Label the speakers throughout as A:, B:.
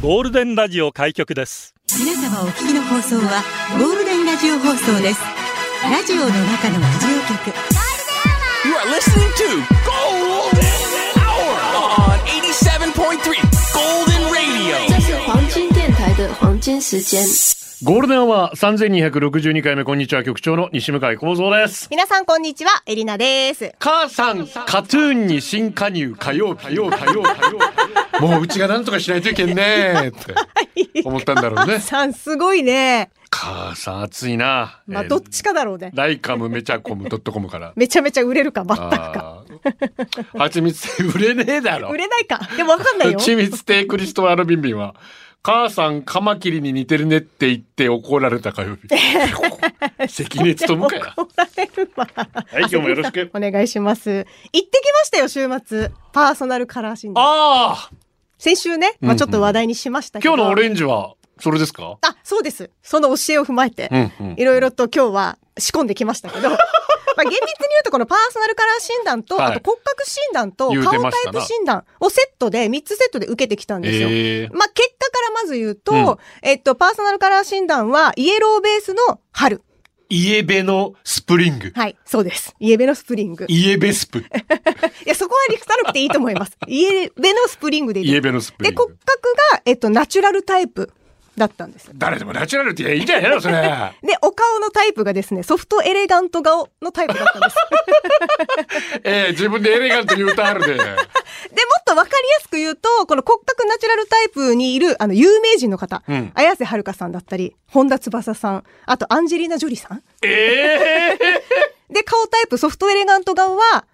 A: ゴールデンラジオ開局です
B: 皆様お聞きの放送はゴールデンラジオ放送ですラジオの中のラジオ局
C: You are listening to Golden Hour on 87.3 Golden Radio.
D: 这是黄金电台的黄金时间。
E: ゴールデンは三千二百六十二回目こんにちは局長の西向井光三です。
F: 皆さんこんにちは、エリナです。
E: 母さんカトゥーンに新加入火曜火曜火曜火曜。もううちがなんとかしないといけんねって思ったんだろうね。
F: さん、すごいね。
E: 母さん暑いな。
F: まあ、
E: えー
F: どっちかだろうね。
E: ライカムめちゃコムドットコム から。
F: めちゃめちゃ売れるか、全くか。
E: ああ。蜂蜜って売れねえだろ
F: 売。れないか。でもわか んないよ。
E: 蜂蜜亭クリストワールビンビンは。母さんカマキリに似てるねって言って怒られた火曜日。 関根勤かよ。
F: 怒られるわ。
E: はい、今日もよろしく。
F: お願いします。行ってきましたよ、週末。パーソナルカラー診断。
E: ああ
F: 先週ね、まあ、ちょっと話題にしましたけど。
E: 今日のオレンジは、それですか
F: あ、そうです。その教えを踏まえて、
E: うんうん
F: いろいろと今日は仕込んできました けど、まあ厳密に言うとこのパーソナルカラー診断と、
E: はい
F: あと骨格診断と
E: 言う
F: 顔
E: て
F: タ
E: ました
F: イ
E: な
F: プ診断をセットで、3つセットで受けてきたんですよ。
E: ええ
F: まあ結果からまず言うと、
E: うん
F: えっと、パーソナルカラー診断はイエローベースの春。
E: イエベのスプリング。
F: はい、そうです。イエベのスプリング。い
E: イエベス プ。
F: や、そこは理屈さなくていいと思い ます。イエベのスプリングでいい
E: イ
F: と
E: エベ
F: 思いま
E: の
F: す。
E: スプリ
F: で、
E: ン
F: 骨
E: グ。
F: 格が、えっと、ナチュラルタイプだったんです。
E: 誰でもナチュラルって言えばいいんじゃないのそれ。
F: で、お顔のタイプがですね、ソフトエレガント顔のタイプ だったんです。
E: ええ自分でエレガント言うたあるで。
F: で、もっとわかりやすく言うと、この骨格ナチュラルタイプにいる、あの、有名人の方、
E: ん
F: 綾瀬はるかさんだったり、本田翼さん、あとアンジェリーナ・ジョリーさん。
E: え え
F: で、顔タイプ、ソフトエレガント顔は、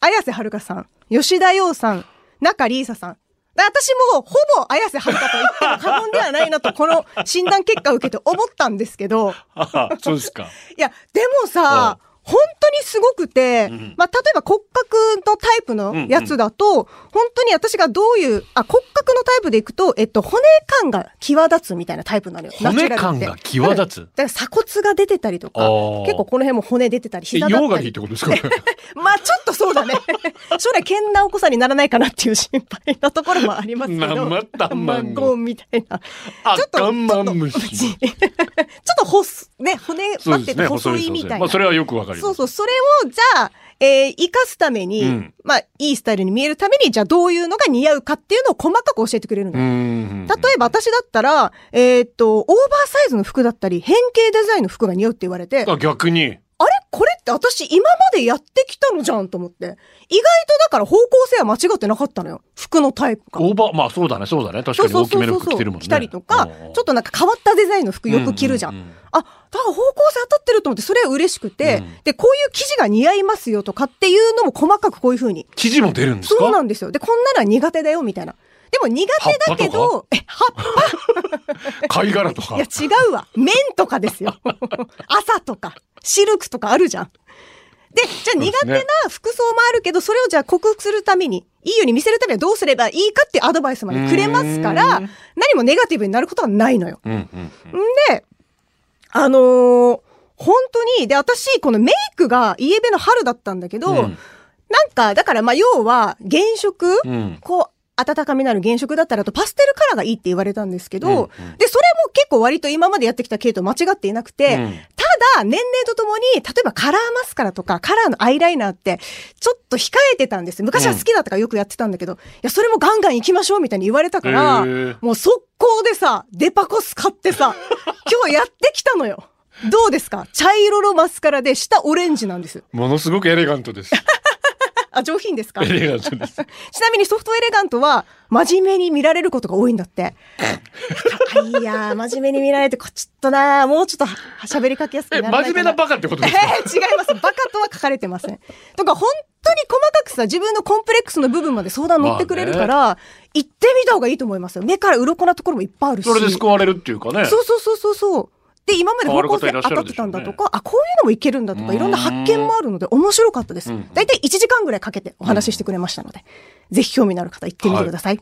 F: 綾瀬はるかさん、吉田洋さん、中里依紗さん。で私もほぼ綾瀬はるかと言っても過言ではないなと、この診断結果を受けて思ったんですけど、
E: ああそうですか。
F: いや、でもさ、本当にすごくて、まあ、例えば骨格のタイプのやつだと、本当に私がどういう、あ、骨格のタイプでいくと、えっと、骨感が際立つみたいなタイプなのよ。
E: 骨
F: ナチュラル
E: 感
F: って
E: が際立つ
F: うんだから鎖骨が出てたりとか
E: あ、ー
F: 結構この辺も骨出てたり、
E: え、
F: 膝
E: ヨ
F: だ
E: ー
F: った
E: ガリーっ
F: り
E: て。ことですか
F: まあ、ちょっとそうだね。将来、けんなおこさにならないかなっていう心配なところもありますけど。
E: 生卵
F: 卵みたいな。
E: あ
F: ちょっと、
E: ガンマン
F: ちょ
E: 虫
F: っ。と ちょっとほす、ね、骨
E: そ
F: ば
E: う
F: っ
E: で
F: て
E: すね、
F: て
E: 細
F: 細
E: い
F: いみ
E: 細
F: た
E: い。
F: い
E: ま
F: な
E: あ、。それはよくわかります。
F: そうそう、それを、じゃあ、えー生かすために、
E: うん
F: まあ、いいスタイルに見えるために、じゃあ、どういうのが似合うかっていうのを細かく教えてくれるの。
E: う
F: 例
E: ん。
F: えば、私だったら、えーっと、オーバーサイズの服だったり、変形デザインの服が似合うって言われて、
E: あ、逆に。
F: あれこれって私今までやってきたのじゃんと思って。意外とだから方向性は間違ってなかったのよ。服のタイプが。
E: オーバー、まあそうだね、そうだね。確かに大きめの服着てるもんね。
F: 着たりとか、ちょっとなんか変わったデザインの服よく着るじゃん。
E: ううう
F: あ、だから方向性当たってると思って、それは嬉しくて、
E: うん
F: で、こういう生地が似合いますよとかっていうのも細かくこういう風に。
E: 生地も出るんですか
F: そうなんですよ。で、こんなのは苦手だよ、みたいな。でも苦手だけ
E: 葉
F: ど、え、葉っ
E: 貝殻と
F: ぱ
E: か
F: いや、違うわ。綿とかですよ。朝とか、シルクとかあるじゃん。で、じゃあ苦手な服装もあるけど、それをじゃあ克服するために、いいように見せるためにはどうすればいいかっていうアドバイスまでくれますから、
E: うん
F: 何もネガティブになることはないのよ。
E: うんうんうん
F: で、あのー本当に、で、私、このメイクがイエベの春だったんだけど、
E: うん
F: なんか、だからまあ、要は、原色、
E: うん
F: こう、温かみのある原色だったらと、パステルカラーがいいって言われたんですけど、
E: うんうん
F: で、それも結構割と今までやってきた系と間違っていなくて、
E: うん
F: ただ、年齢とともに、例えばカラーマスカラとか、カラーのアイライナーって、ちょっと控えてたんです。昔は好きだったからよくやってたんだけど、いや、それもガンガン行きましょうみたいに言われたから、
E: へー
F: もう速攻でさ、デパコス買って さ、今日やってきたのよ。どうですか茶色のマスカラで、下オレンジなんです。
E: ものすごくエレガントです
F: あ、上品ですか
E: エレガントです
F: ちなみにソフトエレガントは、真面目に見られることが多いんだって。いやー、真面目に見られて、こちょっとなー、もうちょっとは喋りかけやすく
E: え
F: ならない
E: 真面目なバカってこと
F: え
E: です か
F: ー違います。バカとは書かれてません。とか、本当に細かくさ、自分のコンプレックスの部分まで相談乗ってくれるから、行ってみた方がいいと思いますよ。目から鱗なところもいっぱいあるし。
E: それで救われるっていうかね
F: そうそうそうそうそう。で、今まで方向性
E: 変わる方いらっしゃ
F: 当
E: る
F: たっ
E: でしょ
F: てた
E: うんね
F: だとか、あ、こういうのもいけるんだと
E: う
F: か、
E: ん
F: いろんな発見もあるので、面白かったです
E: うん。
F: だいたい1時間ぐらいかけてお話ししてくれましたので、ぜひ興味のある方行ってみてください。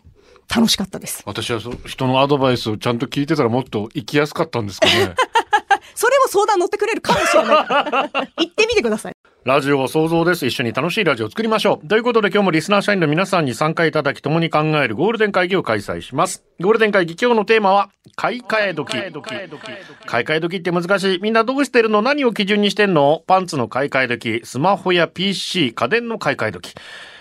F: 楽しかったです。
E: 私はそう人のアドバイスをちゃんと聞いてたらもっと生きやすかったんですかね
F: それも相談乗ってくれるかもしれないから。行ってみてください。
E: ラジオは想像です。一緒に楽しいラジオを作りましょう。ということで今日もリスナー社員の皆さんに参加いただき共に考えるゴールデン会議を開催します。ゴールデン会議今日のテーマは、買い替え時。買い替え時って難しい。みんなどうしてるの何を基準にしてんのパンツの買い替え時、スマホや PC、家電の買い替え時。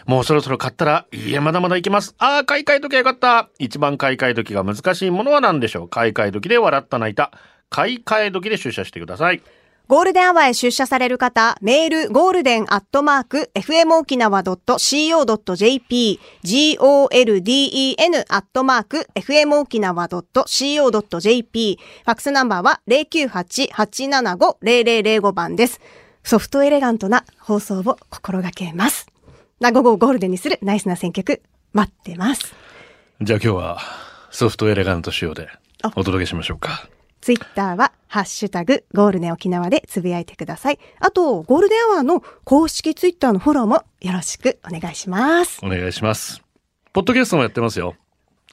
E: もうそろそろ買ったら、いいえ、まだまだいけます。ああ、買い替え時はよかった。一番買い替え時が難しいものは何でしょう買い替え時で笑った泣いた。買い替え時で出社してください。
F: ゴールデンアワーへ出社される方、メール、ゴールデンアットマーク、fmokinawa.co.jp、golden アットマーク、fmokinawa.co.jp、ファックスナンバーは098-875-0005番です。ソフトエレガントな放送を心がけます。な午後をゴールデンにするナイスな選曲、待ってます。
E: じゃあ今日は、ソフトエレガント仕様で
F: あ
E: お届けしましょうか。
F: ツイッターは、ハッシュタグ、ゴールデン沖縄でつぶやいてください。あと、ゴールデンアワーの公式ツイッターのフォローもよろしくお願いします。
E: お願いします。ポッドキャストもやってますよ。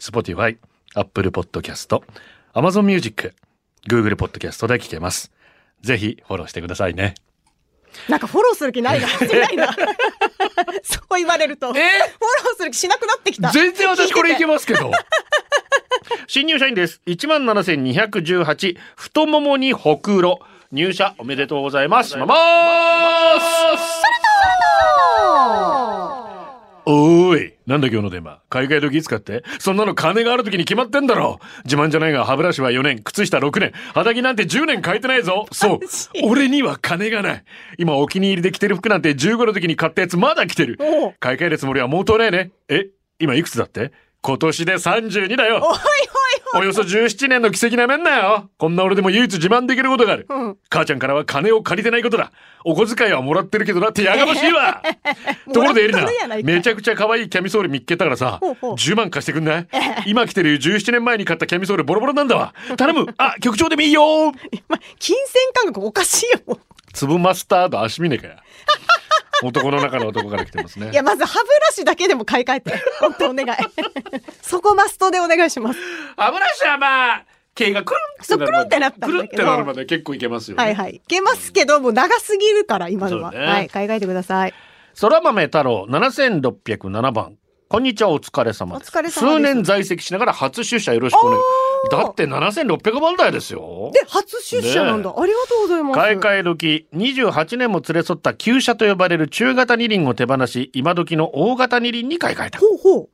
E: Spotify、Apple Podcast、Amazon Music、Google Podcast で聞けます。ぜひフォローしてくださいね。
F: なんかフォローする気ない な。してないな。そう言われると。フォローする気しなくなってきた。
E: 全然私これいけ
F: ま
E: ますけど。新入社員です。17,218太ももにほくろ。入社おめでとうございます。しままーすおーいなんだ今日のテーマ海外時いつかってそんなの金がある時に決まってんだろ自慢じゃないが歯ブラシは4年靴下6年肌着なんて10年変えてないぞそう俺には金がない今お気に入りで着てる服なんて15の時に買ったやつまだ着てる
F: おう
E: 買い替えるつもりはもうとないねえ今いくつだって今年で32だ
F: おい
E: よ
F: おいおい。
E: およそ17年の奇跡なめんなよこんな俺でも唯一自慢できることがある、
F: ん
E: 母ちゃんからは金を借りてないことだお小遣いはもらってるけどだってやがましい わところでエリ
F: も
E: ナ
F: らっとるやないかい
E: めちゃくちゃ可愛いキャミソール見っけたからさ
F: ほうほう
E: 10万貸してくんない今着てる17年前に買ったキャミソールボロボロなんだわ頼むあ局長でもいいよ
F: ま金銭感覚おかしいよ。
E: 粒マスタード足見ねかや男の中の男から来てますね
F: いや、まず歯ブラシだけでも買い替えて。本当お願い。 そこマストでお願いします。
E: 歯ブラシはまあ毛がくるん
F: そうくるんってなったんだけど
E: くるんってなるまで結構いけますよね、
F: はいはい。いけますけど、もう長すぎるから、今のは。
E: そうね
F: はい。買い替えてください。
E: そら豆太郎7607番。こんにちは、お疲れ様です。
F: お疲れ様です
E: 数年在籍しながら初出社よろしくお願い。だって7600番台ですよ。
F: で、初出社なんだ。
E: ね
F: ありがとうございます。
E: 買い替え時、28年も連れ添った旧車と呼ばれる中型二輪を手放し、今時の大型二輪に買い替えた。
F: ほうほう。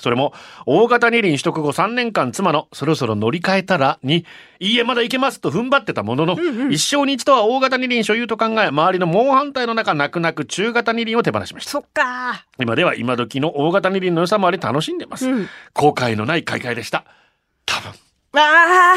E: それも、大型二輪取得後3年間妻の、そろそろ乗り換えたら、に、いいえ、まだいけますと踏ん張ってたものの、一生に一度は大型二輪所有と考え、周りの猛反対の中、泣く泣く中型二輪を手放しました。
F: そっか
E: 今では今時の大型二輪の良さもあり楽しんでます、
F: うん
E: 後悔のない買い替えでした多分
F: ー。ああ、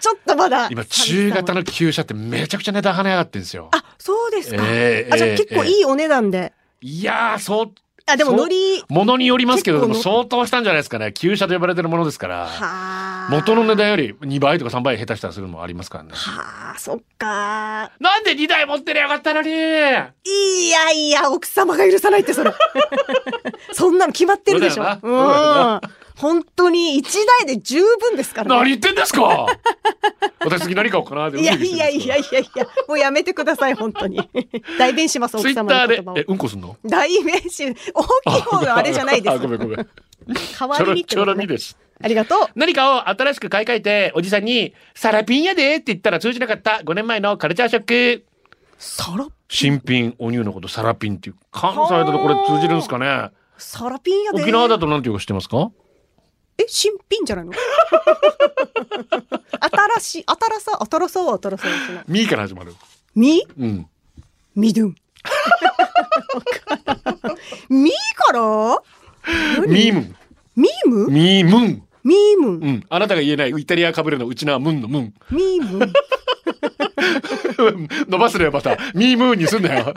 F: ちょっとまだ。
E: 今中型
F: の。
E: の旧車ってめちゃくちゃ値段跳ね上がってるんですよ
F: あ、そうですか。
E: ええ
F: あ、じゃあ
E: ええ
F: 結構いいお値段で。
E: いやーそう
F: あ、でも
E: そう
F: 乗り。
E: ものによりますけどで
F: 結構
E: も
F: の
E: 相当したんじゃないですかね旧車と呼ばれてるものですから
F: はあ。
E: 元の値段より2倍とか3倍下手したらするのもありますからね
F: はあ、そっか
E: なんで2台持ってりゃよかったのに
F: いやいや、奥様が許さないって、それ。 そんなの決まってるでし
E: そう
F: ょ。
E: だよ
F: うん
E: な。
F: 本当に一台で十分ですから
E: 何
F: ね。
E: 言ってんです か私次何買おうかなって
F: いやいやいや
E: ツイ
F: いやいや、もうやめてください、本当に。 代弁します、奥
E: ッタ
F: 様の
E: ー
F: 言
E: で
F: 葉を
E: え。うんこすん の
F: 代弁し、大きい方のあれじゃないで
E: あ
F: す
E: ご。めんごめんち
F: 代わ
E: ょろ
F: りにって
E: ち
F: こ
E: ょ
F: と
E: ろ
F: ね
E: みです
F: ありがとう。
E: 何かを新しく買い替えて、おじさんに、サラピンやでって言ったら通じなかった5年前のカルチャーショック。
F: サラ、
E: 新品、お乳のことサラピンっていう。関西だとこれ通じるんですかね
F: サラピンやで。
E: 沖縄だとなんていうか知ってますか
F: え、新品じゃないの 新しい、新さ、新さは新さですね。
E: ミーから始まる。
F: み、
E: うん。
F: みどん。 みから
E: ミームン。
F: ミーム
E: ミームン。
F: ミームン
E: うん。あなたが言えないイタリアかぶれのうちなムンのムン。
F: ミームン
E: 伸ばすのよ、また。ミームーンにすんなよ。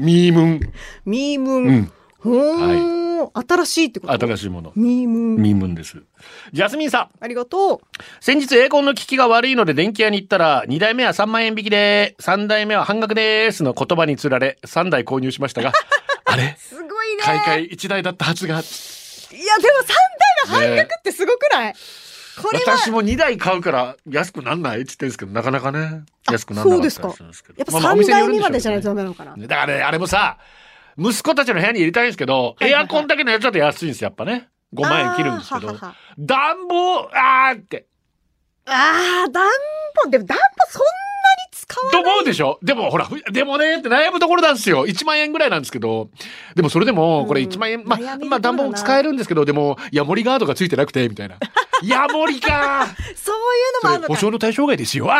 E: ミームン。
F: ミーム
E: う
F: ン
E: ん。
F: ほーん新しいってこと
E: 新しいもの。
F: ミームン
E: ミームンです。ジャスミンさん。
F: ありがと
E: 先日エアコンの効きが悪いので電気屋に行ったら、2台目は3万円引きで、3台目は半額ですの言葉につられ、3台購入しました が、あれ
F: うすごいね
E: 買い替え1台だったはずが、
F: いやでも三台が半額ってすごくない、これは
E: 私も2台買うから安くなんないって言ってるんですけど、なかなかね、安くなんな
F: そ
E: か
F: う
E: った
F: で
E: り
F: す
E: す
F: か
E: るんですけど。
F: やっ
E: ま
F: ぱ
E: あまあお
F: 3
E: 店による
F: 台
E: んで
F: 目
E: しょうけどね
F: までじゃないとダメなのかな、
E: ねだからね、あれもさ、息子たちの部屋に入れたいんですけど、
F: いはいはい
E: エアコンだけのやつだと安いんです、やっぱね。5万円切るんですけ
F: あー
E: ど
F: はは。は
E: 暖房、あーって。
F: あー暖房でも暖房そんなに使わ
E: と
F: ない
E: 思うでしょでもほら、ふでもねって悩むところなんですよ。1万円ぐらいなんですけど。でもそれでも、これ
F: うん
E: 1万円、まあ、
F: 悩みどころだな
E: まあ暖房使えるんですけど、でも、ヤモリガードがついてなくて、みたいな。ヤモリ かー
F: そういう
E: そ
F: のもあ
E: れ保
F: るのかそう
E: 証の対象外ですよ。あ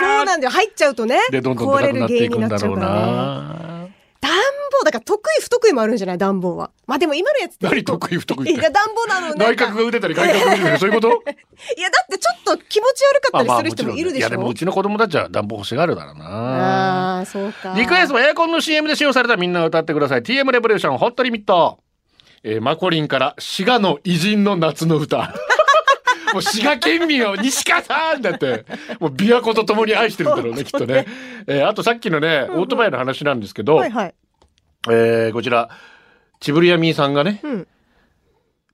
E: ー
F: なんだよ入っちゃうとね
E: で、どんどん
F: 壊
E: 高
F: れ
E: く
F: る
E: なっ
F: 原
E: てい
F: 因
E: く
F: に
E: ん
F: な
E: だ
F: っちゃ
E: ろ
F: う
E: う
F: からね
E: な。
F: 暖房だから得意不得意もあるんじゃない暖房はまあでも今のやつって
E: 何得意不得
F: い
E: 意っ
F: や
E: て。
F: 暖房なのね
E: 内閣が打てたり外閣が打てたり、そういうこと
F: いやだってちょっと気持ち悪かったりする人もいるでしょ
E: いやでもうちの子供たちは暖房欲しがるだろうな。
F: ああそうか
E: リクエストはエアコンの CM で使用されたみんな歌ってください。TM レボリューションホットリミット。えーマコリンから滋賀の偉人の夏の 歌。もう滋賀県民を西川さんだって、もう琵琶湖と共に愛してるんだ ろうね、きっとね。えーあとさっきのね、オートバイの話なんですけど、
F: はいはい
E: えーこちら、チブリヤミーさんがね、
F: うん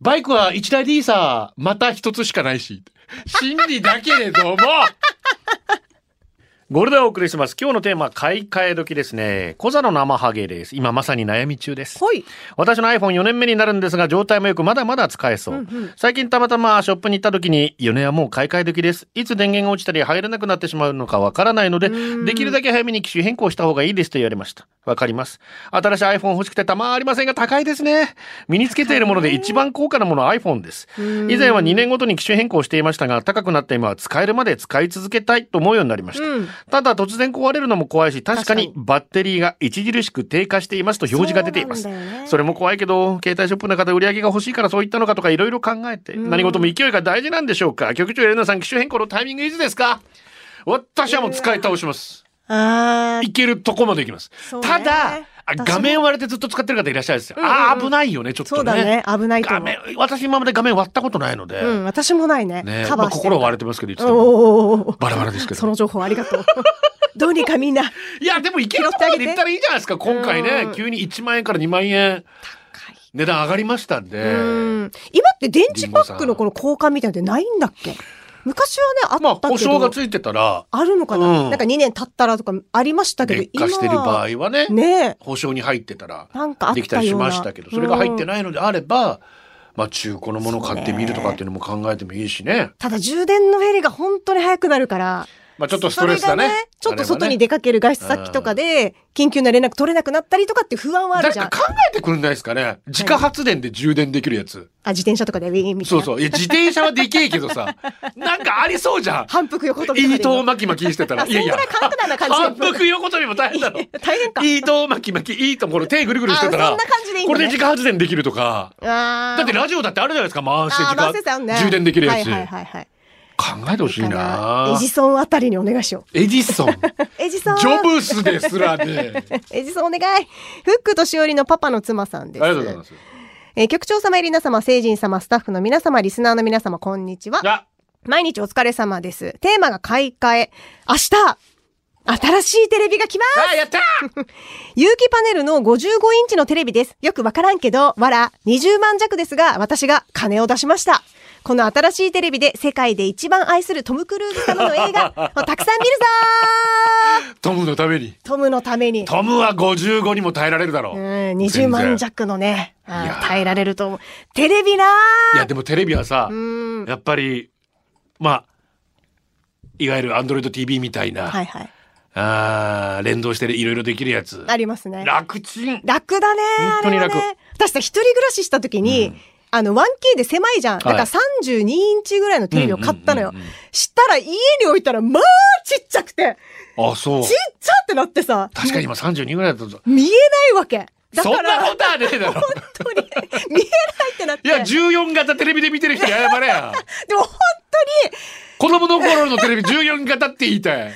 E: バイクは一台でいいさ、また一つしかないし。真理だけれども ゴールデンをお送りします。今日のテーマ、買い替え時ですね。小座の生ハゲです。今まさに悩み中です。
F: ほい
E: 私の iPhone4 年目になるんですが、状態もよくまだまだ使えそう。最近たまたまショップに行った時に、4年はもう買い替え時です。いつ電源が落ちたり入れなくなってしまうのかわからないので、できるだけ早めに機種変更した方がいいですと言われました。わかります。新しい iPhone 欲しくてたまありませんが高いですね。身につけているもので一番高価なものは iPhone です。以前は2年ごとに機種変更していましたが、高くなった今は使えるまで使い続けたいと思うようになりました。
F: うん
E: ただ突然壊れるのも怖いし、確かにバッテリーが著しく低下していますと表示が出ています。そ,、
F: そうなんだよね
E: れも怖いけど、携帯ショップの中で売り上げが欲しいからそういったのかとかいろいろ考えて、何事も勢いが大事なんでしょうか。局長エレナさん、機種変更のタイミングいつですか私はもう使い倒します。
F: あ
E: いけるとこまでいきます。
F: そうね
E: ただ、あ
F: 私も
E: 画面割れてずっと使ってる方いらっしゃるんですよ。
F: んうんうん
E: ああ、危ないよね、ちょっとね。
F: そうだね危ないと
E: 画
F: 思う
E: 面、私今まで画面割ったことないので、
F: うん私もないね
E: ね、
F: カ
E: ま
F: バ
E: あ
F: ーしてる
E: 心割れてますけど、いつで
F: お
E: も
F: お
E: バラバラですけど
F: その情報ありがとう どうにかみんない
E: や、でもいけるとこまで行ったらいいじゃないですか。今回ね、急に1万円から2万円値段上がりましたんで。
F: うん今って電池パックのこの交換みたいなのってないんだっけ昔はねあ
E: まあ、
F: った
E: 保
F: け
E: 証
F: ど
E: がついてたら、
F: あるのか
E: う
F: なんなんか2年経ったらとかありましたけど
E: 劣化してる場合はね、
F: 今ね
E: 保証に入ってたら
F: なんかあ、っ
E: で
F: たような
E: きたりしましたけど、それが入ってないのであれば、まあ、中古のものを買ってみるとかっていうのも考えてもいいしね。
F: ただ充電の減りが本当に早くなるから
E: まあ、ちょっとストレスだね。
F: それがちょっと外に出かける外出先とかで、緊急な連絡取れなくなったりとかっていう不安はあ
E: あれはね
F: るじ
E: だ
F: ゃ
E: か
F: ん。
E: ら考えてくれないですかね。自家発電で充電できるやつ。
F: あ、自転車とかでウィーンみたい
E: そ
F: な。
E: うそう。いや、自転車はでけえけど さ、なんかありそうじゃん。
F: 反復横跳びとか
E: い
F: で
E: い糸を巻き巻きしてたら。
F: あそんぐらい簡単な感じ
E: 反復横跳びも大変だろ。
F: 大変か。
E: いい糸を巻き巻き、いいところ手ぐるぐるしてたら。
F: あそんな感じでいいん
E: こ
F: だね
E: れで自家発電できるとか。
F: あ
E: だってラジオだってあるじゃないですか。回して
F: あ
E: 自
F: ーバーセスあ
E: 家、
F: るね
E: 充電できるやつ。
F: はいはいはいはい。
E: 考えてほしいな
F: エジソンあたりにお願いしよ
E: エジ ソン。
F: う。エジソン。
E: ジョブスですら ね。
F: エジソンお願い。フックとしおりのパパの妻さん
E: あり
F: です。
E: がとうございます。
F: えー局長様、エリナ様、成人様、スタッフの皆様、リスナーの皆様、こんにちは。
E: あ、
F: 毎日お疲れ様です。テーマが買い替え。明日、新しいテレビが来ます
E: あ、やった
F: 有機パネルの55インチのテレビです。よくわからんけど、わら、20万弱ですが、私が金を出しました。この新しいテレビで世界で一番愛するトム・クルーズ様の 映画、もうたくさん見るぞー
E: トムのために。
F: トムのために。
E: トムは55にも耐えられるだろう。
F: うん、
E: 全
F: 20
E: 然
F: 万弱のね、あ
E: いやー
F: ー耐えられると思う。テレビなー
E: いやでもテレビはさ
F: ん
E: やっぱりまあいわゆるアンドロイド TV みたいな、
F: はいはい。
E: あー連動していろいろできるやつ
F: ありますね。
E: 楽ちん
F: 楽だね。
E: 本当に楽
F: あれはね、私さ、一人暮らしした時に、あの、1K で狭いじゃん。だ
E: はい
F: から32インチぐらいのテレビを買ったのよ
E: うんうんうんうん。
F: したら家に置いたら、まあ、ちっちゃくて、
E: あそう
F: ちっちゃってなってさ、
E: 確かに今32ぐらいだったぞ
F: 見えないわけ。だ
E: そ
F: か
E: んな
F: ら
E: こ、とはねえだろ
F: 本当に、見えないってなっ
E: い
F: て。
E: や14型テレビで見てる人に謝れ や
F: でも本
E: 子供の頃のテレビ14型って言いたい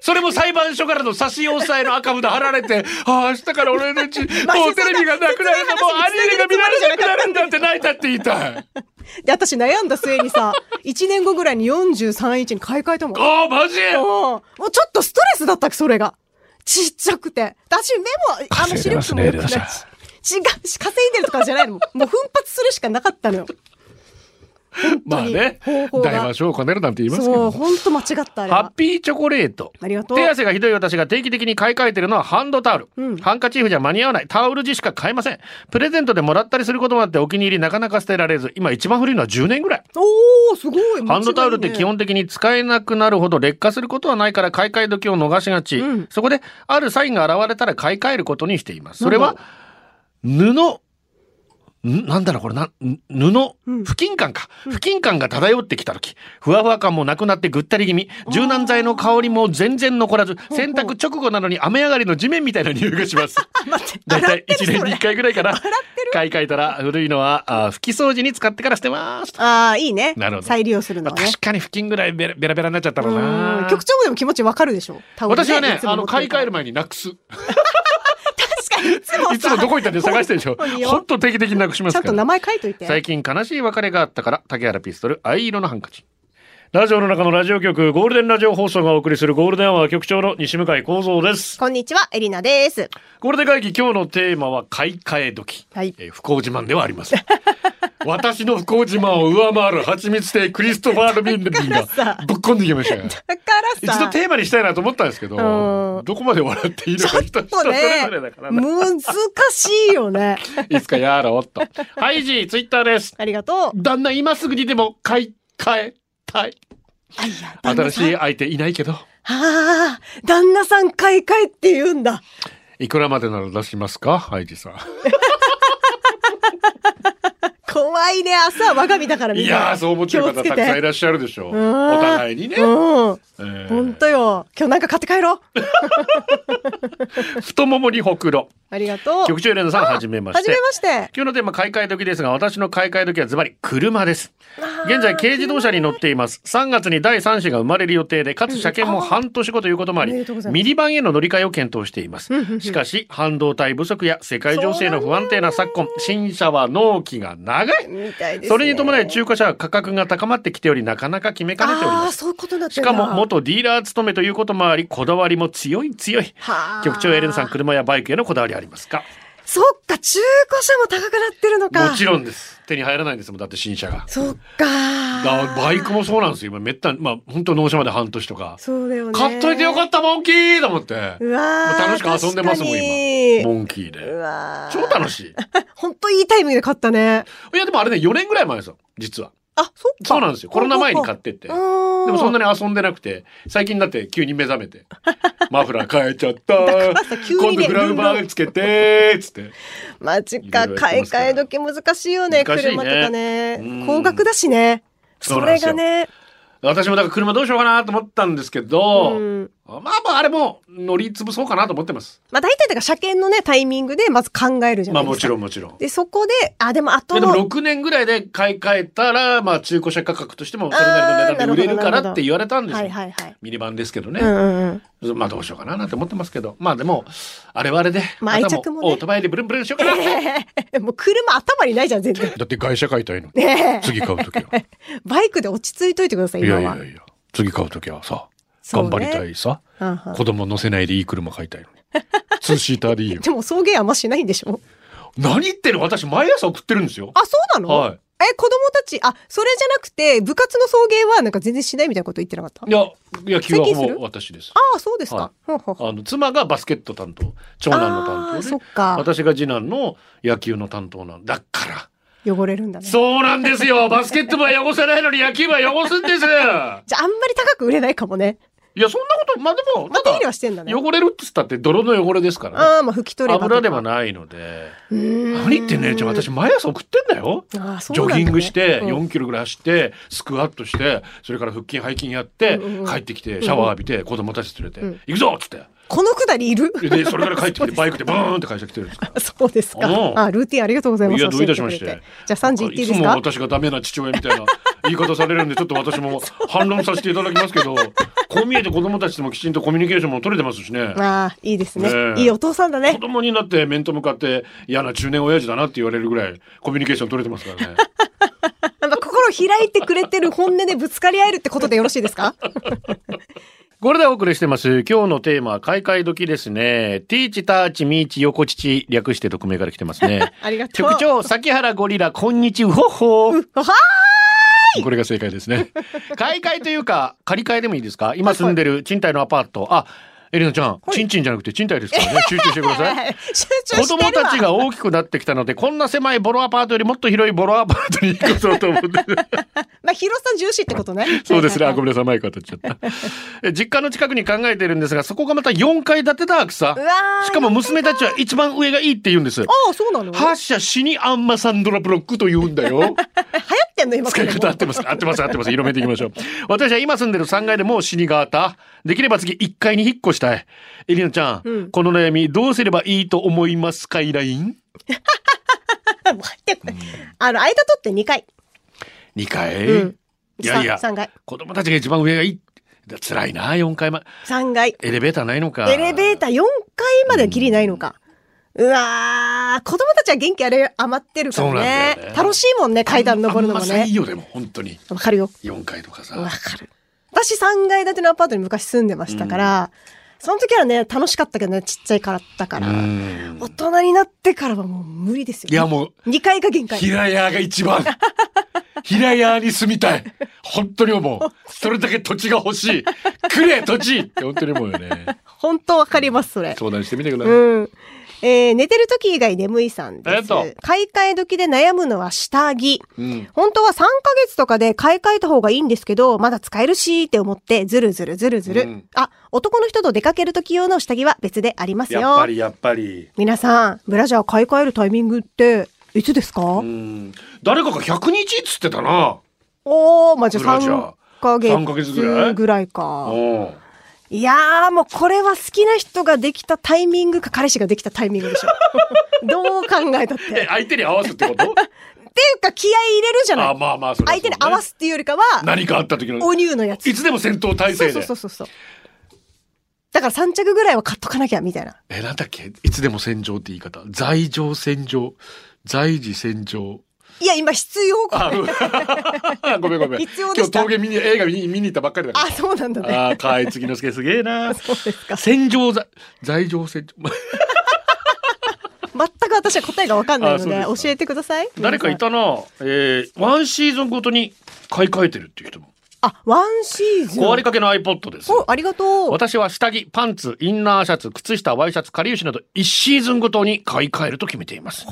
E: それも裁判所からの差し押さえの赤札貼られてああ明日から俺のうちもうテレビがなくなるんだもうアニメが見られなくなるんだって泣いたって言いたい
F: 当に、で、私悩んだ末にさ、1年後ぐらいに43インチに買い替えたもん。
E: ああマジ
F: もう、もうちょっとストレスだった、それが。ちっちゃくて。私、目も、あの、視力も良くないし。違うし、稼いでるとかじゃないの。もう奮発するしかなかったのよ。
E: まあね
F: 方法、が
E: 大魔将をこねるなんて言いますけ
F: そう、
E: ど。
F: 本当間違ったあれ
E: ハッ
F: は。
E: ピーチョコレート。
F: ありがとう。
E: 手汗がひどい私が定期的に買い替えてるのはハンドタオル、
F: うん
E: ハンカチーフじゃ間に合わないタオル地しか買えませんプレゼントでもらったりすることもあってお気に入りなかなか捨てられず今一番古いのは10年ぐらい
F: おおすごい。
E: ハンドタオルって基本的に使えなくなるほど劣化することはないから買い替え時を逃しがち、
F: うん
E: そこであるサインが現れたら買い替えることにしていますそれは布んなんだろうこれなん
F: う
E: 布
F: ん
E: 不均感か、不均感が漂ってきた時ふわふわ感もなくなってぐったり気味柔軟剤の香りも全然残らず
F: ほう
E: 洗濯直後なのに雨上がりの地面みたいな匂いがし ます
F: 待って
E: だいたい1
F: 洗ってる
E: 年
F: それ
E: に1回ぐらいかな
F: 洗ってる
E: 買い替えたら古いのはあ拭き掃除に使ってからしてます
F: ああいいね。
E: なるほど
F: 再利用する
E: ま
F: の
E: あ
F: はね。
E: 確かに付近ぐらいベラベラベラになっちゃったろう
F: うん
E: な。
F: 局長もでも気持ちわかるでしょ。タオル
E: 私はね
F: い、つ
E: あ
F: も持
E: の、
F: っ
E: 買い
F: てるか
E: 替
F: ら
E: える前になくす。い
F: 確かにいつもさ
E: つもどこ行ったんで探してるでしょ
F: 本当に。よ
E: ほんと定期的になくします
F: ちゃ
E: か
F: んと名
E: ら。
F: 前書いといて。
E: 最近悲しい別れがあったから、竹原ピストル、藍色のハンカチ。ラジオの中のラジオ局、ゴールデンラジオ放送がお送りするゴールデンアワー局長の西向井幸三です。
F: こんにちはエリナです。
E: ゴールデン会議、今日のテーマは買い替え時。
F: はい
E: えー不幸自慢ではありません。 私の不幸自慢を上回る蜂蜜亭クリストファー・ル ビンルビンがぶっこんできましたよ。
F: だからさ。
E: 一度テーマにしたいなと思ったんですけど、
F: うん
E: どこまで笑っていいの
F: ちょ
E: か
F: っ
E: 人人
F: とね
E: それぞれだから、ね、
F: 難しいよね。
E: いつかやろうと。ハイジー、ツイッターです。
F: ありがとう。
E: 旦那、今すぐにでも買い替えたい。
F: あいや旦那
E: 新
F: さ
E: し
F: ん
E: い相手いないけど、
F: ああ、旦那さん買い替えって言うんだ。
E: いくらまでなら出しますかハイジーさん。
F: 怖いね。明日は我が身だからみ
E: い
F: んな。
E: やー、そう思ってる
F: 気
E: 方
F: をつけ
E: たくさんいらっしゃるでしょう。
F: うん
E: お互いにね。
F: うん。
E: えー
F: 本当よ。今日なんか買って帰ろう。
E: 太ももにほくろ。
F: ありが とう。
E: 局長エレナさん、はじめま
F: は
E: して
F: じめ。まして。
E: 今日のテーマ買い替え時ですが私の買い替え時はズバリ車です現在軽自動車に乗っています3月に第3子が生まれる予定でかつ車検も半年後ということもあり
F: おめでとうございます
E: ミニバンへの乗り換えを検討していますしかし半導体不足や世界情勢の不安定な昨今新車は納期が長い
F: みたいですね。
E: それに伴い中古車は価格が高まってきておりなかなか決めかねており
F: あ
E: ま
F: あ、
E: す
F: そういうことになって
E: し
F: るんだ
E: かも、元ディーラー勤めということもありこだわりも強い強い
F: はあ
E: 局長エレンさん。車やバイクへのこだわりありますか
F: そっか、中古車も高くなってるのか。
E: もちろんです手に入らないんですもんだって新車が
F: そっか。
E: だバイクもそうなんですよ今めったにまあ本当納車まで半年とか
F: そうだよね。
E: 買っといてよかったモンキーと思って
F: うわー
E: 楽しく遊んでますもん
F: 確かに
E: 今モンキー
F: う
E: で
F: わ
E: 超楽しい
F: 本当いいタイミングで買ったね。
E: いやでもあれね4年ぐらい前ですよ実は
F: あ、そっか。
E: そうなんですよコロナ前に買ってって
F: で
E: でも
F: も
E: そんな
F: に。
E: に遊んでなくて最近になって急に目覚めてマフラー変えちゃった
F: さ急
E: 今
F: に
E: 度
F: ね
E: フラグバーつけてつって
F: マジか、
E: いろいろやっ
F: 買
E: て
F: い
E: ますか
F: 替
E: ら
F: え時難しいよね、
E: 難しいね
F: 車とかね
E: うん。
F: 高額だしね。
E: そうな
F: そ
E: んで
F: れ
E: すよ
F: がね。
E: 私もだから車どうしようかなと思ったんですけど、
F: うん
E: まあまああれも乗り潰そうかなと思ってます
F: まあ大体だから車検のね、タイミングでまず考えるじゃ
E: ま
F: な
E: あ
F: いで
E: も
F: す
E: ち
F: か。
E: ろんもちろん
F: で、そこで、あ、でもあ
E: で
F: と
E: も
F: の、
E: 6年ぐらいで買い替えたら、まあ、中古車価格としてもそれなりの値段で売れるからって言われたんです
F: はい
E: よ。
F: はいはい。
E: ミニバンですけど
F: うん
E: ね、
F: うんうん。
E: まあどうしようかななんて思ってますけどまあでもあれはあれで
F: まあ
E: 頭
F: 愛着もね
E: オートバイでブルンブルンしようかな だ
F: もう車頭にないじゃん、全然。
E: って外車買いたいの
F: ねえ
E: 次買う時は
F: バイクで落ち着いといてください、
E: い
F: 今
E: や
F: は。
E: いやいや次買う時はさ、
F: そう
E: 頑
F: ね
E: 張りたいさ
F: うんうん
E: 子供乗せないでいい車買いたいのにツーシーターでいい よ
F: でも送迎あんましないんでしょ
E: 何言ってる私毎朝送ってるんですよ
F: あ、そうなの、
E: はい
F: え、子供たち、あ、それじゃなくて、部活の送迎はなんか全然しないみたいなこと言ってなかった
E: いや野球は
F: 最近す
E: ほ
F: る
E: ぼ私です
F: ああ、そうですか。
E: はい
F: ほうほうほう
E: あの妻がバスケット担当長男の担
F: あー
E: 当
F: そっ
E: で
F: か
E: 私が次男の野球の担当なんだから
F: 汚れるんだね。じ
E: そうなんです よバスケット部は汚せないのに野球部は汚すんです
F: ゃあ、あんまり高く売れないかもね。
E: いやそんなことまあでも
F: まあ、手入れ
E: な
F: はしてんだ
E: ん
F: ね。
E: か汚れるっつったって泥の汚れですからね
F: ああ、まあ、拭き取れば。
E: 油でも
F: い。
E: ないので何
F: 何
E: 言ってんのよちょ私毎朝送ってんだよ
F: ああ、そう
E: ジ
F: なん
E: ョ
F: だ、
E: ギ
F: ね。
E: ングして
F: うん
E: 4キロぐらい走ってスクワットしてそれから腹筋背筋やって
F: うんうんうん
E: 帰ってきてシャワー浴びて子供たち連れて
F: うん
E: 「行くぞ!」っつって
F: このくだりいる
E: でそれから帰ってきてバイクでバーンって会社来てるんです
F: あ そうですか。
E: うん
F: あ、ルーティンありがとうございます。
E: いやどういたしまして
F: 教えくれじゃあ3時行っていいです
E: つも
F: か
E: 私がダメな父親みたいな言い方されるんで、ちょっと私 も反論させていただきますけど、こう見えて子供たちともきちんとコミュニケーションも取れてますしね。
F: ああ、いいですね
E: ねえ
F: いいお父さんだ
E: 子
F: ね。
E: 供になって面と向かって嫌な中年親父だなって言われるぐらいコミュニケーション取れてますからね。
F: なんか心を開いてくれてる本音でぶつかり合えるってことでよろしいで すか。
E: これでお送りしてます。今日のテーマは買い替え時ですね。ティーチ、ターチ、ミーチ、横乳、略して匿名から来てますね
F: ありがとう。
E: 局長、崎原ゴリラ、こんにちは。うほっほー。
F: はーい
E: これが正解ですね。買い替えというか、借り替えでもいいですか今住んでる賃貸のアパート。あ、エリナちゃん、賃賃じゃなくて賃貸ですから ね。集中してください。
F: 集 中
E: 子
F: してる
E: 供
F: わ
E: たちが大きくなってきたので、こんな狭いボロアパートよりもっと広いボロアパートに引っ越そうと思 って。
F: まあ広さ重視ってことね
E: そうですね。あ、ごめんなさい。マイク当たっちゃった。え実家の近くに考えてるんですが、そこがまた4階建てだ、くさ
F: うわ。ー
E: しかも娘たちは一番上がいいって言うんです。
F: ああそうなの流行っ
E: 発射死にアンマサンドラブロックと言うんだよ。
F: てんの今
E: 使い方合ってますか合ってます合ってます色めていきましょう私は今住んでる3階でもう死にがあったできれば次1階に引っ越したいエリナちゃん、
F: うん
E: この悩みどうすればいいと思いますかイライン
F: もう入ってこないあの間取って2階
E: 2階、
F: うん
E: いやいや
F: 3階
E: 子供たちが一番上がいいだ辛いな4階ま
F: 3階
E: エレベーターないのか
F: エレベーター4階まではギリないのか。うわー、子供たちは元気あれ余ってるか
E: そう
F: ら
E: なんだ
F: ね
E: よね
F: 楽しいもんね、階段登るのも
E: あんまない
F: ね。
E: よでも本当に
F: わかるよ。
E: 4階とか
F: わ
E: さ
F: かる。私3階建てのアパートに昔住んでましたから、その時はね、楽しかったけどね、ちっちゃいからだか
E: う
F: ら。
E: ん
F: 大人になってからはもう無理ですよ、
E: いやもう
F: 2階が限界。
E: 平屋が一 番平屋に住みたい本当に思うそれだけ土地が欲しいくれ土地って本当に思うよね
F: 本当わかります、それ。
E: 相談してみてください、
F: うん。えー寝てる時以外眠いさん
E: あ
F: で
E: り
F: す。
E: がとう
F: 買い替え時で悩むのは下着。
E: うん
F: 本当は3ヶ月とかで買い替えた方がいいんですけど、まだ使えるしって思って、ずるずるずるずる。
E: うん
F: あ、男の人と出かける時用の下着は別であります
E: やっぱ
F: よ。
E: りやっぱり
F: 皆さん、ブラジャー買い替えるタイミングって、いつですか、
E: うん誰かが100日っつってたな
F: おー、まあ、じゃ
E: ブラ
F: あ
E: ジャー
F: 3ヶ月。
E: 三ヶ月ぐらい
F: ぐらいか。
E: おう
F: いやー、もうこれは好きな人ができたタイミングか、彼氏ができたタイミング でしょ。どう考えたって。ってい
E: え相手に合わすってこと
F: うか、気合い入れるじゃない。
E: あまあまあそれは
F: 相手に合わすっていうよりかは、
E: 何かあった時の
F: お乳のやつ。
E: いつでも戦闘態勢で
F: そうそうそうそうそうだから3着ぐらいは買っとかなきゃみたいな
E: えなんだっけいつでも戦場って言い方在場戦場在時戦場
F: いや今必要
E: あ
F: か
E: うんごめんごめん。
F: 必要でした
E: 今日峠見に映画見に見に行ったばっかりだから。
F: あそうなんだね
E: ああ、かい次の助すげえな。
F: そうですか
E: 戦場在在場戦場。
F: 全く私は答えが分かんな
E: あ
F: いので
E: そうですか
F: 教えてください
E: 誰かいたな。えー、ワンシーズンごとに買い替えてるっていう人も。
F: あワンシーズン
E: 壊れかけの iPod です。
F: おありがとう
E: 私は下着、パンツ、インナーシャツ、靴下、ワイシャツ、かりゆしなど1シーズンごとに買い替えると決めています。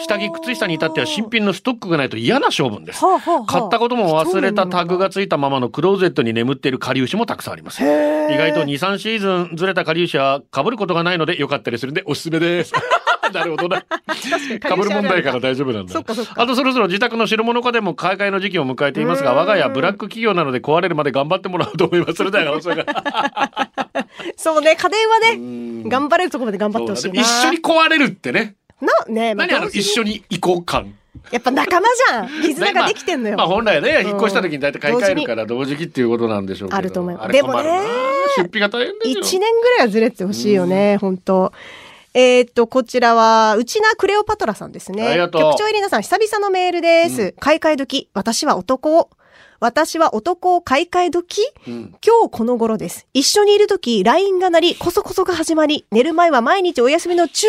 E: 下着、靴下に至っては新品のストックがないと嫌な性分です。
F: はあはあはあ
E: 買ったことも忘れたタグがついたままのクローゼットに眠っているかりゆしもたくさんあります。意外と2、3シーズンずれたかりゆしは被ることがないのでよかったりするんでおすすめです。 なるほどな。
F: 確
E: 被
F: に
E: る問題から大丈夫なんだ。
F: そっかそっか
E: あとそろそろ自宅の白物家電も買い替えの時期を迎えていますが、我が家はブラック企業なので壊れるまで頑張ってもらおうと思います。それでは、それが。
F: そうね家電はね頑張れるとこまで頑張ってほしいな
E: 一緒に壊れるってね。
F: なねまあ
E: 何あの一緒に行こう感。
F: やっぱ仲間じゃん絆ができてんのよ、
E: まあまあ本来ね、
F: ん
E: 引っ越した時に大体買い替えるから同時期っていうことなんでしょうけど。
F: あると思います
E: あれ困るな
F: でもね
E: 出費が大変ですよ。
F: 一年ぐらいはずれてほしいよね、本当。えーっと、こちらは、うちなクレオパトラさんですね。
E: ありがとう
F: 局長エリナさん、久々のメールです。買い替え時、私は男を。私は男を買い替え時、今日この頃です。一緒にいる時、LINE が鳴り、こそこそが始まり、寝る前は毎日お休みの中。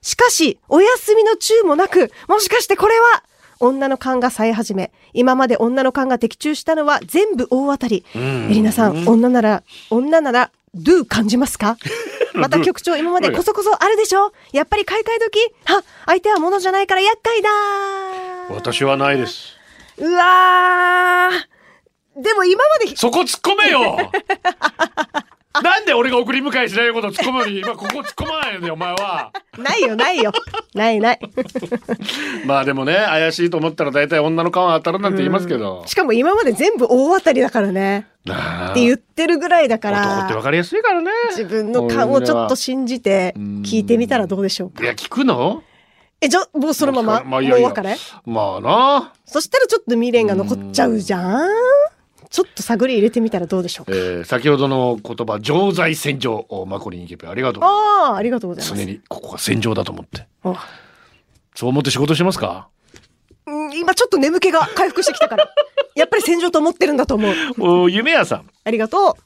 F: しかし、お休みの中もなく、もしかしてこれは、女の勘が冴え始め、今まで女の勘が的中したのは全部大当たり。エリナさん、女なら、女なら、do 感じます かまた局長、今までこそこそあるでしょやっぱり買い替え時は、相手は物じゃないから厄介だ
E: 私はないです。
F: うわー。でも今まで、
E: そこ突っ込めよ なんで俺が送り迎えしないことを突っ込むのに、今ここ突っ込まないのよ、お前は。
F: ないよ、ないよ。 ないない。
E: まあでもね、怪しいと思ったら大体女の顔は当たるなんて言いますけど。
F: しかも今まで全部大当たりだからね。
E: なあ
F: って言ってるぐらいだから。
E: 男って分かりやすいからね。
F: 自分の勘をちょっと信じて聞いてみたらどうでしょう
E: い
F: か。
E: や、聞くの
F: え、じゃ、もうそのまま、
E: ま
F: も
E: あ
F: う
E: いいよ
F: お別れ
E: まあな。
F: そしたらちょっと未練が残っちゃうじゃんちょっと探り入れてみたらどうでしょう
E: え
F: か。
E: ー先ほどの言葉、常在戦場をマコリに行けばありがとう。
F: ああ、ありがとうございま
E: 常
F: す。
E: にここが戦場だと思って。
F: お
E: そう思って仕事してますか
F: うん今ちょっと 眠気が回復してきたから。やっぱり戦場と思ってるんだと思う。
E: お夢屋さん。
F: ありがとう。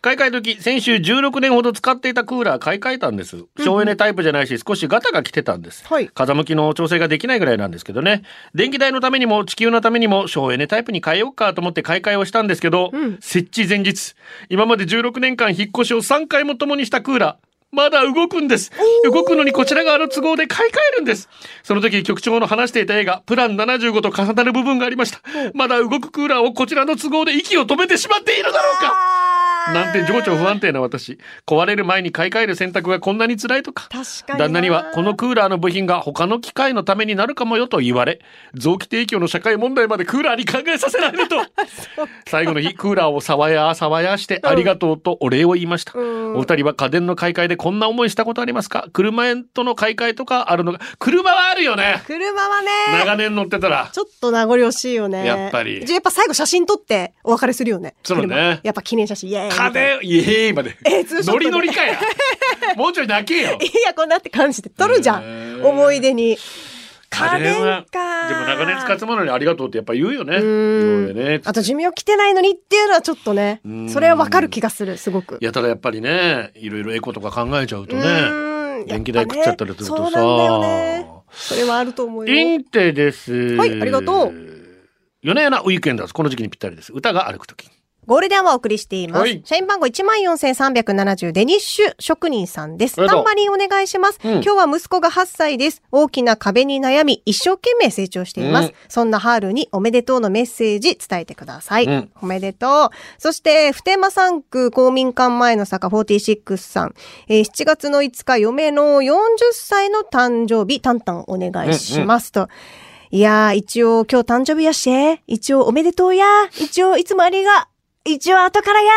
E: 買い替え時、先週16年ほど使っていたクーラー買い替えたんです。省エネタイプじゃないし、少しガタが来てたんです。
F: はい
E: 風向きの調整ができないぐらいなんですけどね。電気代のためにも、地球のためにも、省エネタイプに変えようかと思って買い替えをしたんですけど、
F: うん
E: 設置前日、今まで16年間引っ越しを3回も共にしたクーラー、まだ動くんです動くのにこちら側の都合で買い替えるんですその時局長の話していた映画、プラン75と重なる部分がありました。まだ動くクーラーをこちらの都合で息を止めてしまっているだろうかなんて情緒不安定な私。壊れる前に買い替える選択がこんなに辛いとか。
F: 確かにな
E: 旦那には、このクーラーの部品が他の機械のためになるかもよと言われ、臓器提供の社会問題までクーラーに考えさせられると。最後の日、クーラーをさわやさわやして、ありがとうとお礼を言いました。
F: うん
E: お二人は家電の買い替えでこんな思いしたことありますか車へとの買い替えとかあるのか車はあるよね
F: 車はね
E: 長年乗ってたら。
F: ちょっと名残惜しいよね。
E: やっぱり
F: じゃあやっぱ最後写真撮ってお別れするよね。
E: そうね
F: 車やっぱ記念写真、イエーイみた
E: 家
F: いな。
E: 電、イエーイまで。
F: えツーシ
E: ノ
F: ョットで
E: リノリか や。もうちょい泣けよ。
F: いや、こんなって感じで撮るじゃ
E: へ
F: ん。
E: ー
F: 思い出に。
E: 家電は
F: 家電か
E: でも長年使ってものにありがとうってやっぱ言うよね。
F: ん
E: そうだよね
F: あと寿命来てないのにっていうのはちょっとね
E: う、ん
F: それはわかる気がする、すごく。
E: いやただやっぱりねいろいろエコとか考えちゃうと
F: う
E: ね
F: ーん
E: 電気代食っちゃったりすると
F: やっぱね
E: さ
F: そうなんだよね。それはあると思う
E: イ
F: よ。
E: ンテです
F: はいありがとう
E: 夜な夜なウィークエンダーズこの時期にぴったりです歌が歩く時
F: ゴールデンはお送りしています。
E: はい
F: 社員番号14,370デニッシュ職人さんです。
E: ありがと
F: タ
E: う
F: ンバリンお願いします、
E: うん
F: 今日は息子が8歳です。大きな壁に悩み、一生懸命成長しています。
E: うん
F: そんなハールにおめでとうのメッセージ伝えてください。
E: うん
F: おめでとう。そして、普天間産区公民館前の坂46さん、えー7月の5日、嫁の40歳の誕生日、タンタンお願いしますと。いやー、一応今日誕生日やし、一応おめでとうや、一応いつもありが、一応後からや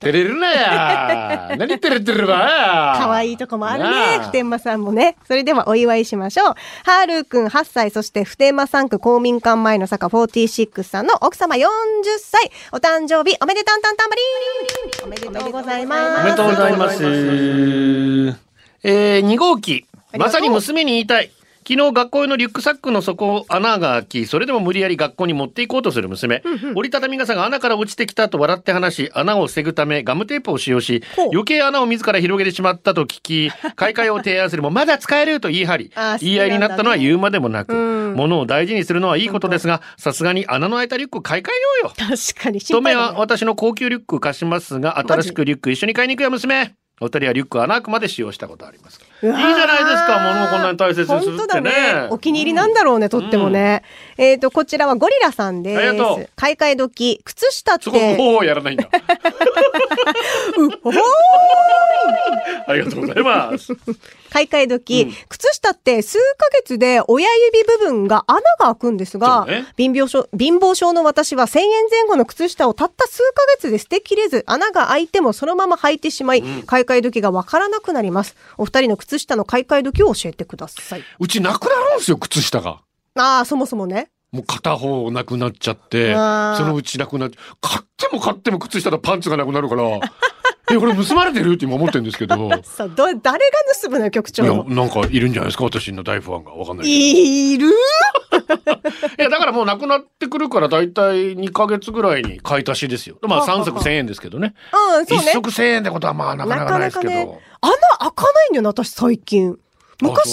F: ー。
E: 照れるな や何照れてるわ
F: 可愛いとこもあるね。普天間さんもね。それではお祝いしましょう。ハールーくん8歳、そして普天間産区公民館前の坂46さんの奥様40歳、お誕生日おめでたんたんたんばりーんおめでとうございます。
E: おめでとうございます。えー、2号機。
F: りがとう
E: まさに娘に言いたい。昨日学校のリュックサックの底穴が開き、それでも無理やり学校に持っていこうとする娘。折りたたみ傘が穴から落ちてきたと笑って話し、穴を防ぐためガムテープを使用し
F: ほう、
E: 余計穴を自ら広げてしまったと聞き、 買い替えを提案するも、まだ使えると言い張り
F: あー、
E: 言い合いになったのは言うまでもなく、
F: うん
E: 物を大事にするのはいいことですが、さすがに穴の開いたリュックを買い替えようよ。
F: 確かに
E: 一
F: 心
E: 目
F: 配だね
E: は私の高級リュック貸しますが、新しくリュック一緒に買いに行くよ、娘。お二人はリュック穴あくまで使用したことありますか。
F: いい
E: いいじゃないですか物をこんなに大切にするってね
F: 本当だね。お気に入りなんだろうね、とってもね。えっ、と、こちらはゴリラさんです。
E: ありがとう
F: 買い替え時、靴下っ
E: そこ、
F: て、
E: おーやらないんだ。
F: ほほー
E: ありがとうございます。
F: 買い替え時、
E: うん
F: 靴下って数ヶ月で親指部分が穴が開くんです
E: そ
F: が、
E: うね
F: 貧乏症、貧乏症の私は1000円前後の靴下をたった数ヶ月で捨てきれず、穴が開いてもそのまま履いてしまい、買い替え時がわからなくなります。お二人の靴下の買い替え時を教えてください。
E: うちなくなるんですよ、靴下が。
F: ああ、そもそもね。
E: もう片方なくなっちゃって、
F: あー
E: そのうちなくなっ買っても買っても靴下のパンツがなくなるから、 え、これ盗まれてるって今思ってるんです けど、
F: さあ、ど、誰が盗むのよ、局
E: いや、
F: 長。
E: なんかいるんじゃないですか、私の大ファンが。わかんないけど。
F: いる
E: いや、だからもうなくなってくるから、だいたい2ヶ月ぐらいに買い足しですよ。まあ3足1000円ですけどね。
F: うん、そう
E: 1
F: ね。
E: 足1000円ってことはまあなかなかないですけど。
F: なかなかね穴開かないんだよな、私最近。昔は
E: あ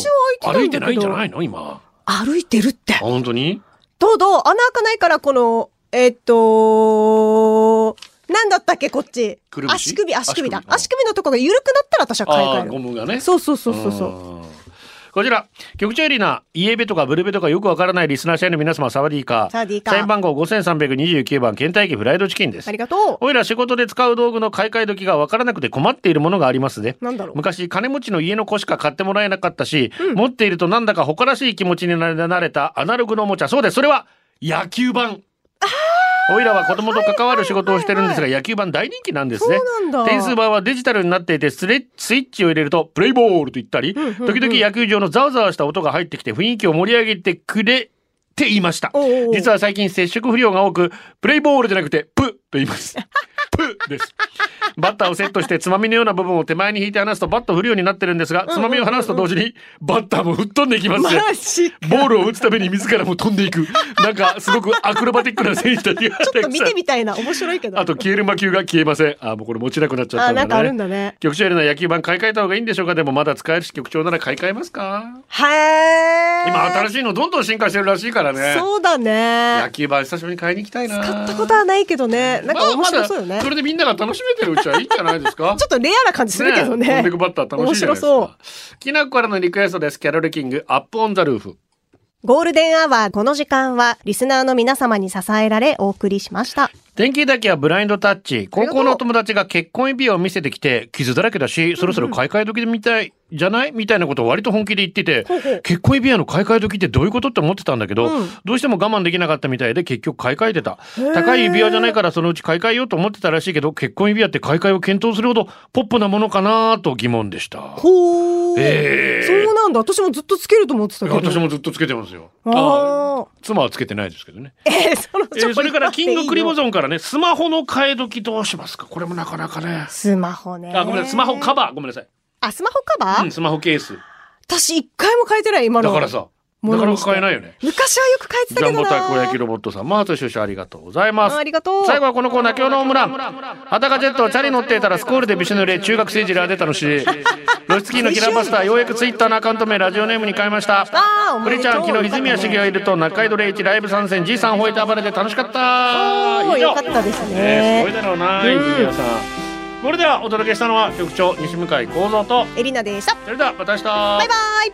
E: そう
F: 開
E: 歩
F: い
E: いて
F: てた
E: ない
F: ん
E: んじ
F: だけど。
E: ゃないの今。
F: 歩いてるって
E: あ。本当に
F: どうどう穴開かないから、この、えーっと、なんだったっけ、こっち。
E: くるぶし
F: 足首、足首だ
E: 足。首
F: 足首のとこが緩くなったら私は買い替
E: あ
F: え
E: ーゴ
F: る。
E: ムがね。
F: そうそうそうそうそう。
E: んこちら、局長よりな、イエベとかブルベとかよくわからないリスナー社員の皆様、サワディーカー。
F: サワディーカー
E: 社員番号5329番、倦怠期フライドチキンです
F: あり。がと
E: おいら仕事で使う道具の買い替え時がわからなくて困っているものがありますね。
F: う。なんだろう。
E: 昔金持ちの家の子しか買ってもらえなかったし、持っているとなんだか誇らしい気持ちになれなれたアナログのおもちゃそうですそれは野球盤おいらは子供と関わる仕事をしてるんですが、野球盤大人気なんですね
F: そうなんだ
E: 点数盤はデジタルになっていてスレスイッチを入れるとプレイボールと言ったり、
F: んうんうん
E: 時々野球場のザワザワした音が入ってきて雰囲気を盛り上げてくれていました
F: おうおう
E: 実は最近接触不良が多くプレイボールじゃなくてプと言いますプです。バッターをセットしてつまみのような部分を手前に引いて離すとバット振るようになってるんですが、つまみを離すと同時にバッターも吹っ飛んでいきます。
F: マ ジか
E: ボールを打つために自らも飛んでいく。なんかすごくアクロバティックな選手たちが
F: ちょっと見てみたいな面白いけど
E: あと消える魔球が消えません。あ、もうこれ持ちなくなっちゃった
F: あ
E: んだね。
F: なんかあるんだね
E: 局長やるなら野球盤買い替えた方がいいんでしょうかでもまだ使えるし局長なら買い替えますか
F: はー
E: 今新しいのどんどん進化してるらしいからね。
F: そうだ
E: 野
F: ね
E: 球盤久しぶりに買いに行きたいな。
F: 使ったことはないけどねなんか面白そう
E: ま
F: よ
E: あま
F: ね
E: だそれでみんなが楽しめてるうちはいいんじゃないですか
F: ちょっとレアな感じするけど
E: え飛
F: ね
E: んでくバッター楽しいじゃないですか。
F: 面白
E: きなこからのリクエストです。キャロルキング、アップオンザルーフ。
F: ゴールデンアワーこの時間はリスナーの皆様に支えられお送りしました
E: 天気だけはブラインドタッチ。高校のお友達が結婚指輪を見せてきて、傷だらけだし、そろそろ買い替え時でみたい、じゃないみたいなことを割と本気で言ってて
F: ほうほう、
E: 結婚指輪の買い替え時ってどういうことって思ってたんだけど、
F: うん
E: どうしても我慢できなかったみたいで結局買い替えてた。高い指輪じゃないからそのうち買い替えようと思ってたらしいけど、結婚指輪って買い替えを検討するほどポップなものかなと疑問でした。
F: ほう、
E: へー
F: そうなんだ私もずっとつけると思ってたけど
E: 私もずっとつけてますよ。
F: あー
E: 妻はつけてないですけどね。
F: えー、その
E: え
F: ちょ
E: ー
F: っ
E: そ
F: と
E: れからキングクリム
F: ゾ
E: ゾンからね、スマホの替え時どうしますかこれもなかなかね。
F: スマホね
E: あ、ごめんなさい。スマホカバー。ごめんなさい。
F: あスマホカバー、
E: うん、スマホケース。
F: 私一回も変えてない今の
E: だからさ、な
F: も
E: か
F: の
E: な
F: に
E: か
F: して
E: 買えないよね。
F: 昔はよく変えてた
E: ジャ
F: け
E: ン
F: ど
E: ボ
F: な
E: 太鼓焼きロボットさん、マート少々ありがとうございます
F: あ。りがとう
E: 最後はこのコーナー、今日のオムラン。裸ジェットをチャリ乗っていたらスコールでびし濡れ、中学生児ら出た のし、露出キーのキラーバスター、ようやくツイッターのアカウント名、ラジオネームに変えま した。
F: あーお
E: プ
F: めで
E: リ
F: とう
E: ちゃん、昨日、泉谷茂がいると、中井戸礼一ライブ参戦、じいさん吠えて暴れて楽しかった。
F: おー
E: 以上
F: よかったですね
E: えすごいだろうな、泉谷さん。これではお届けしたのは局長西向井光三と
F: エリナでした
E: それではまた明日
F: バイバイ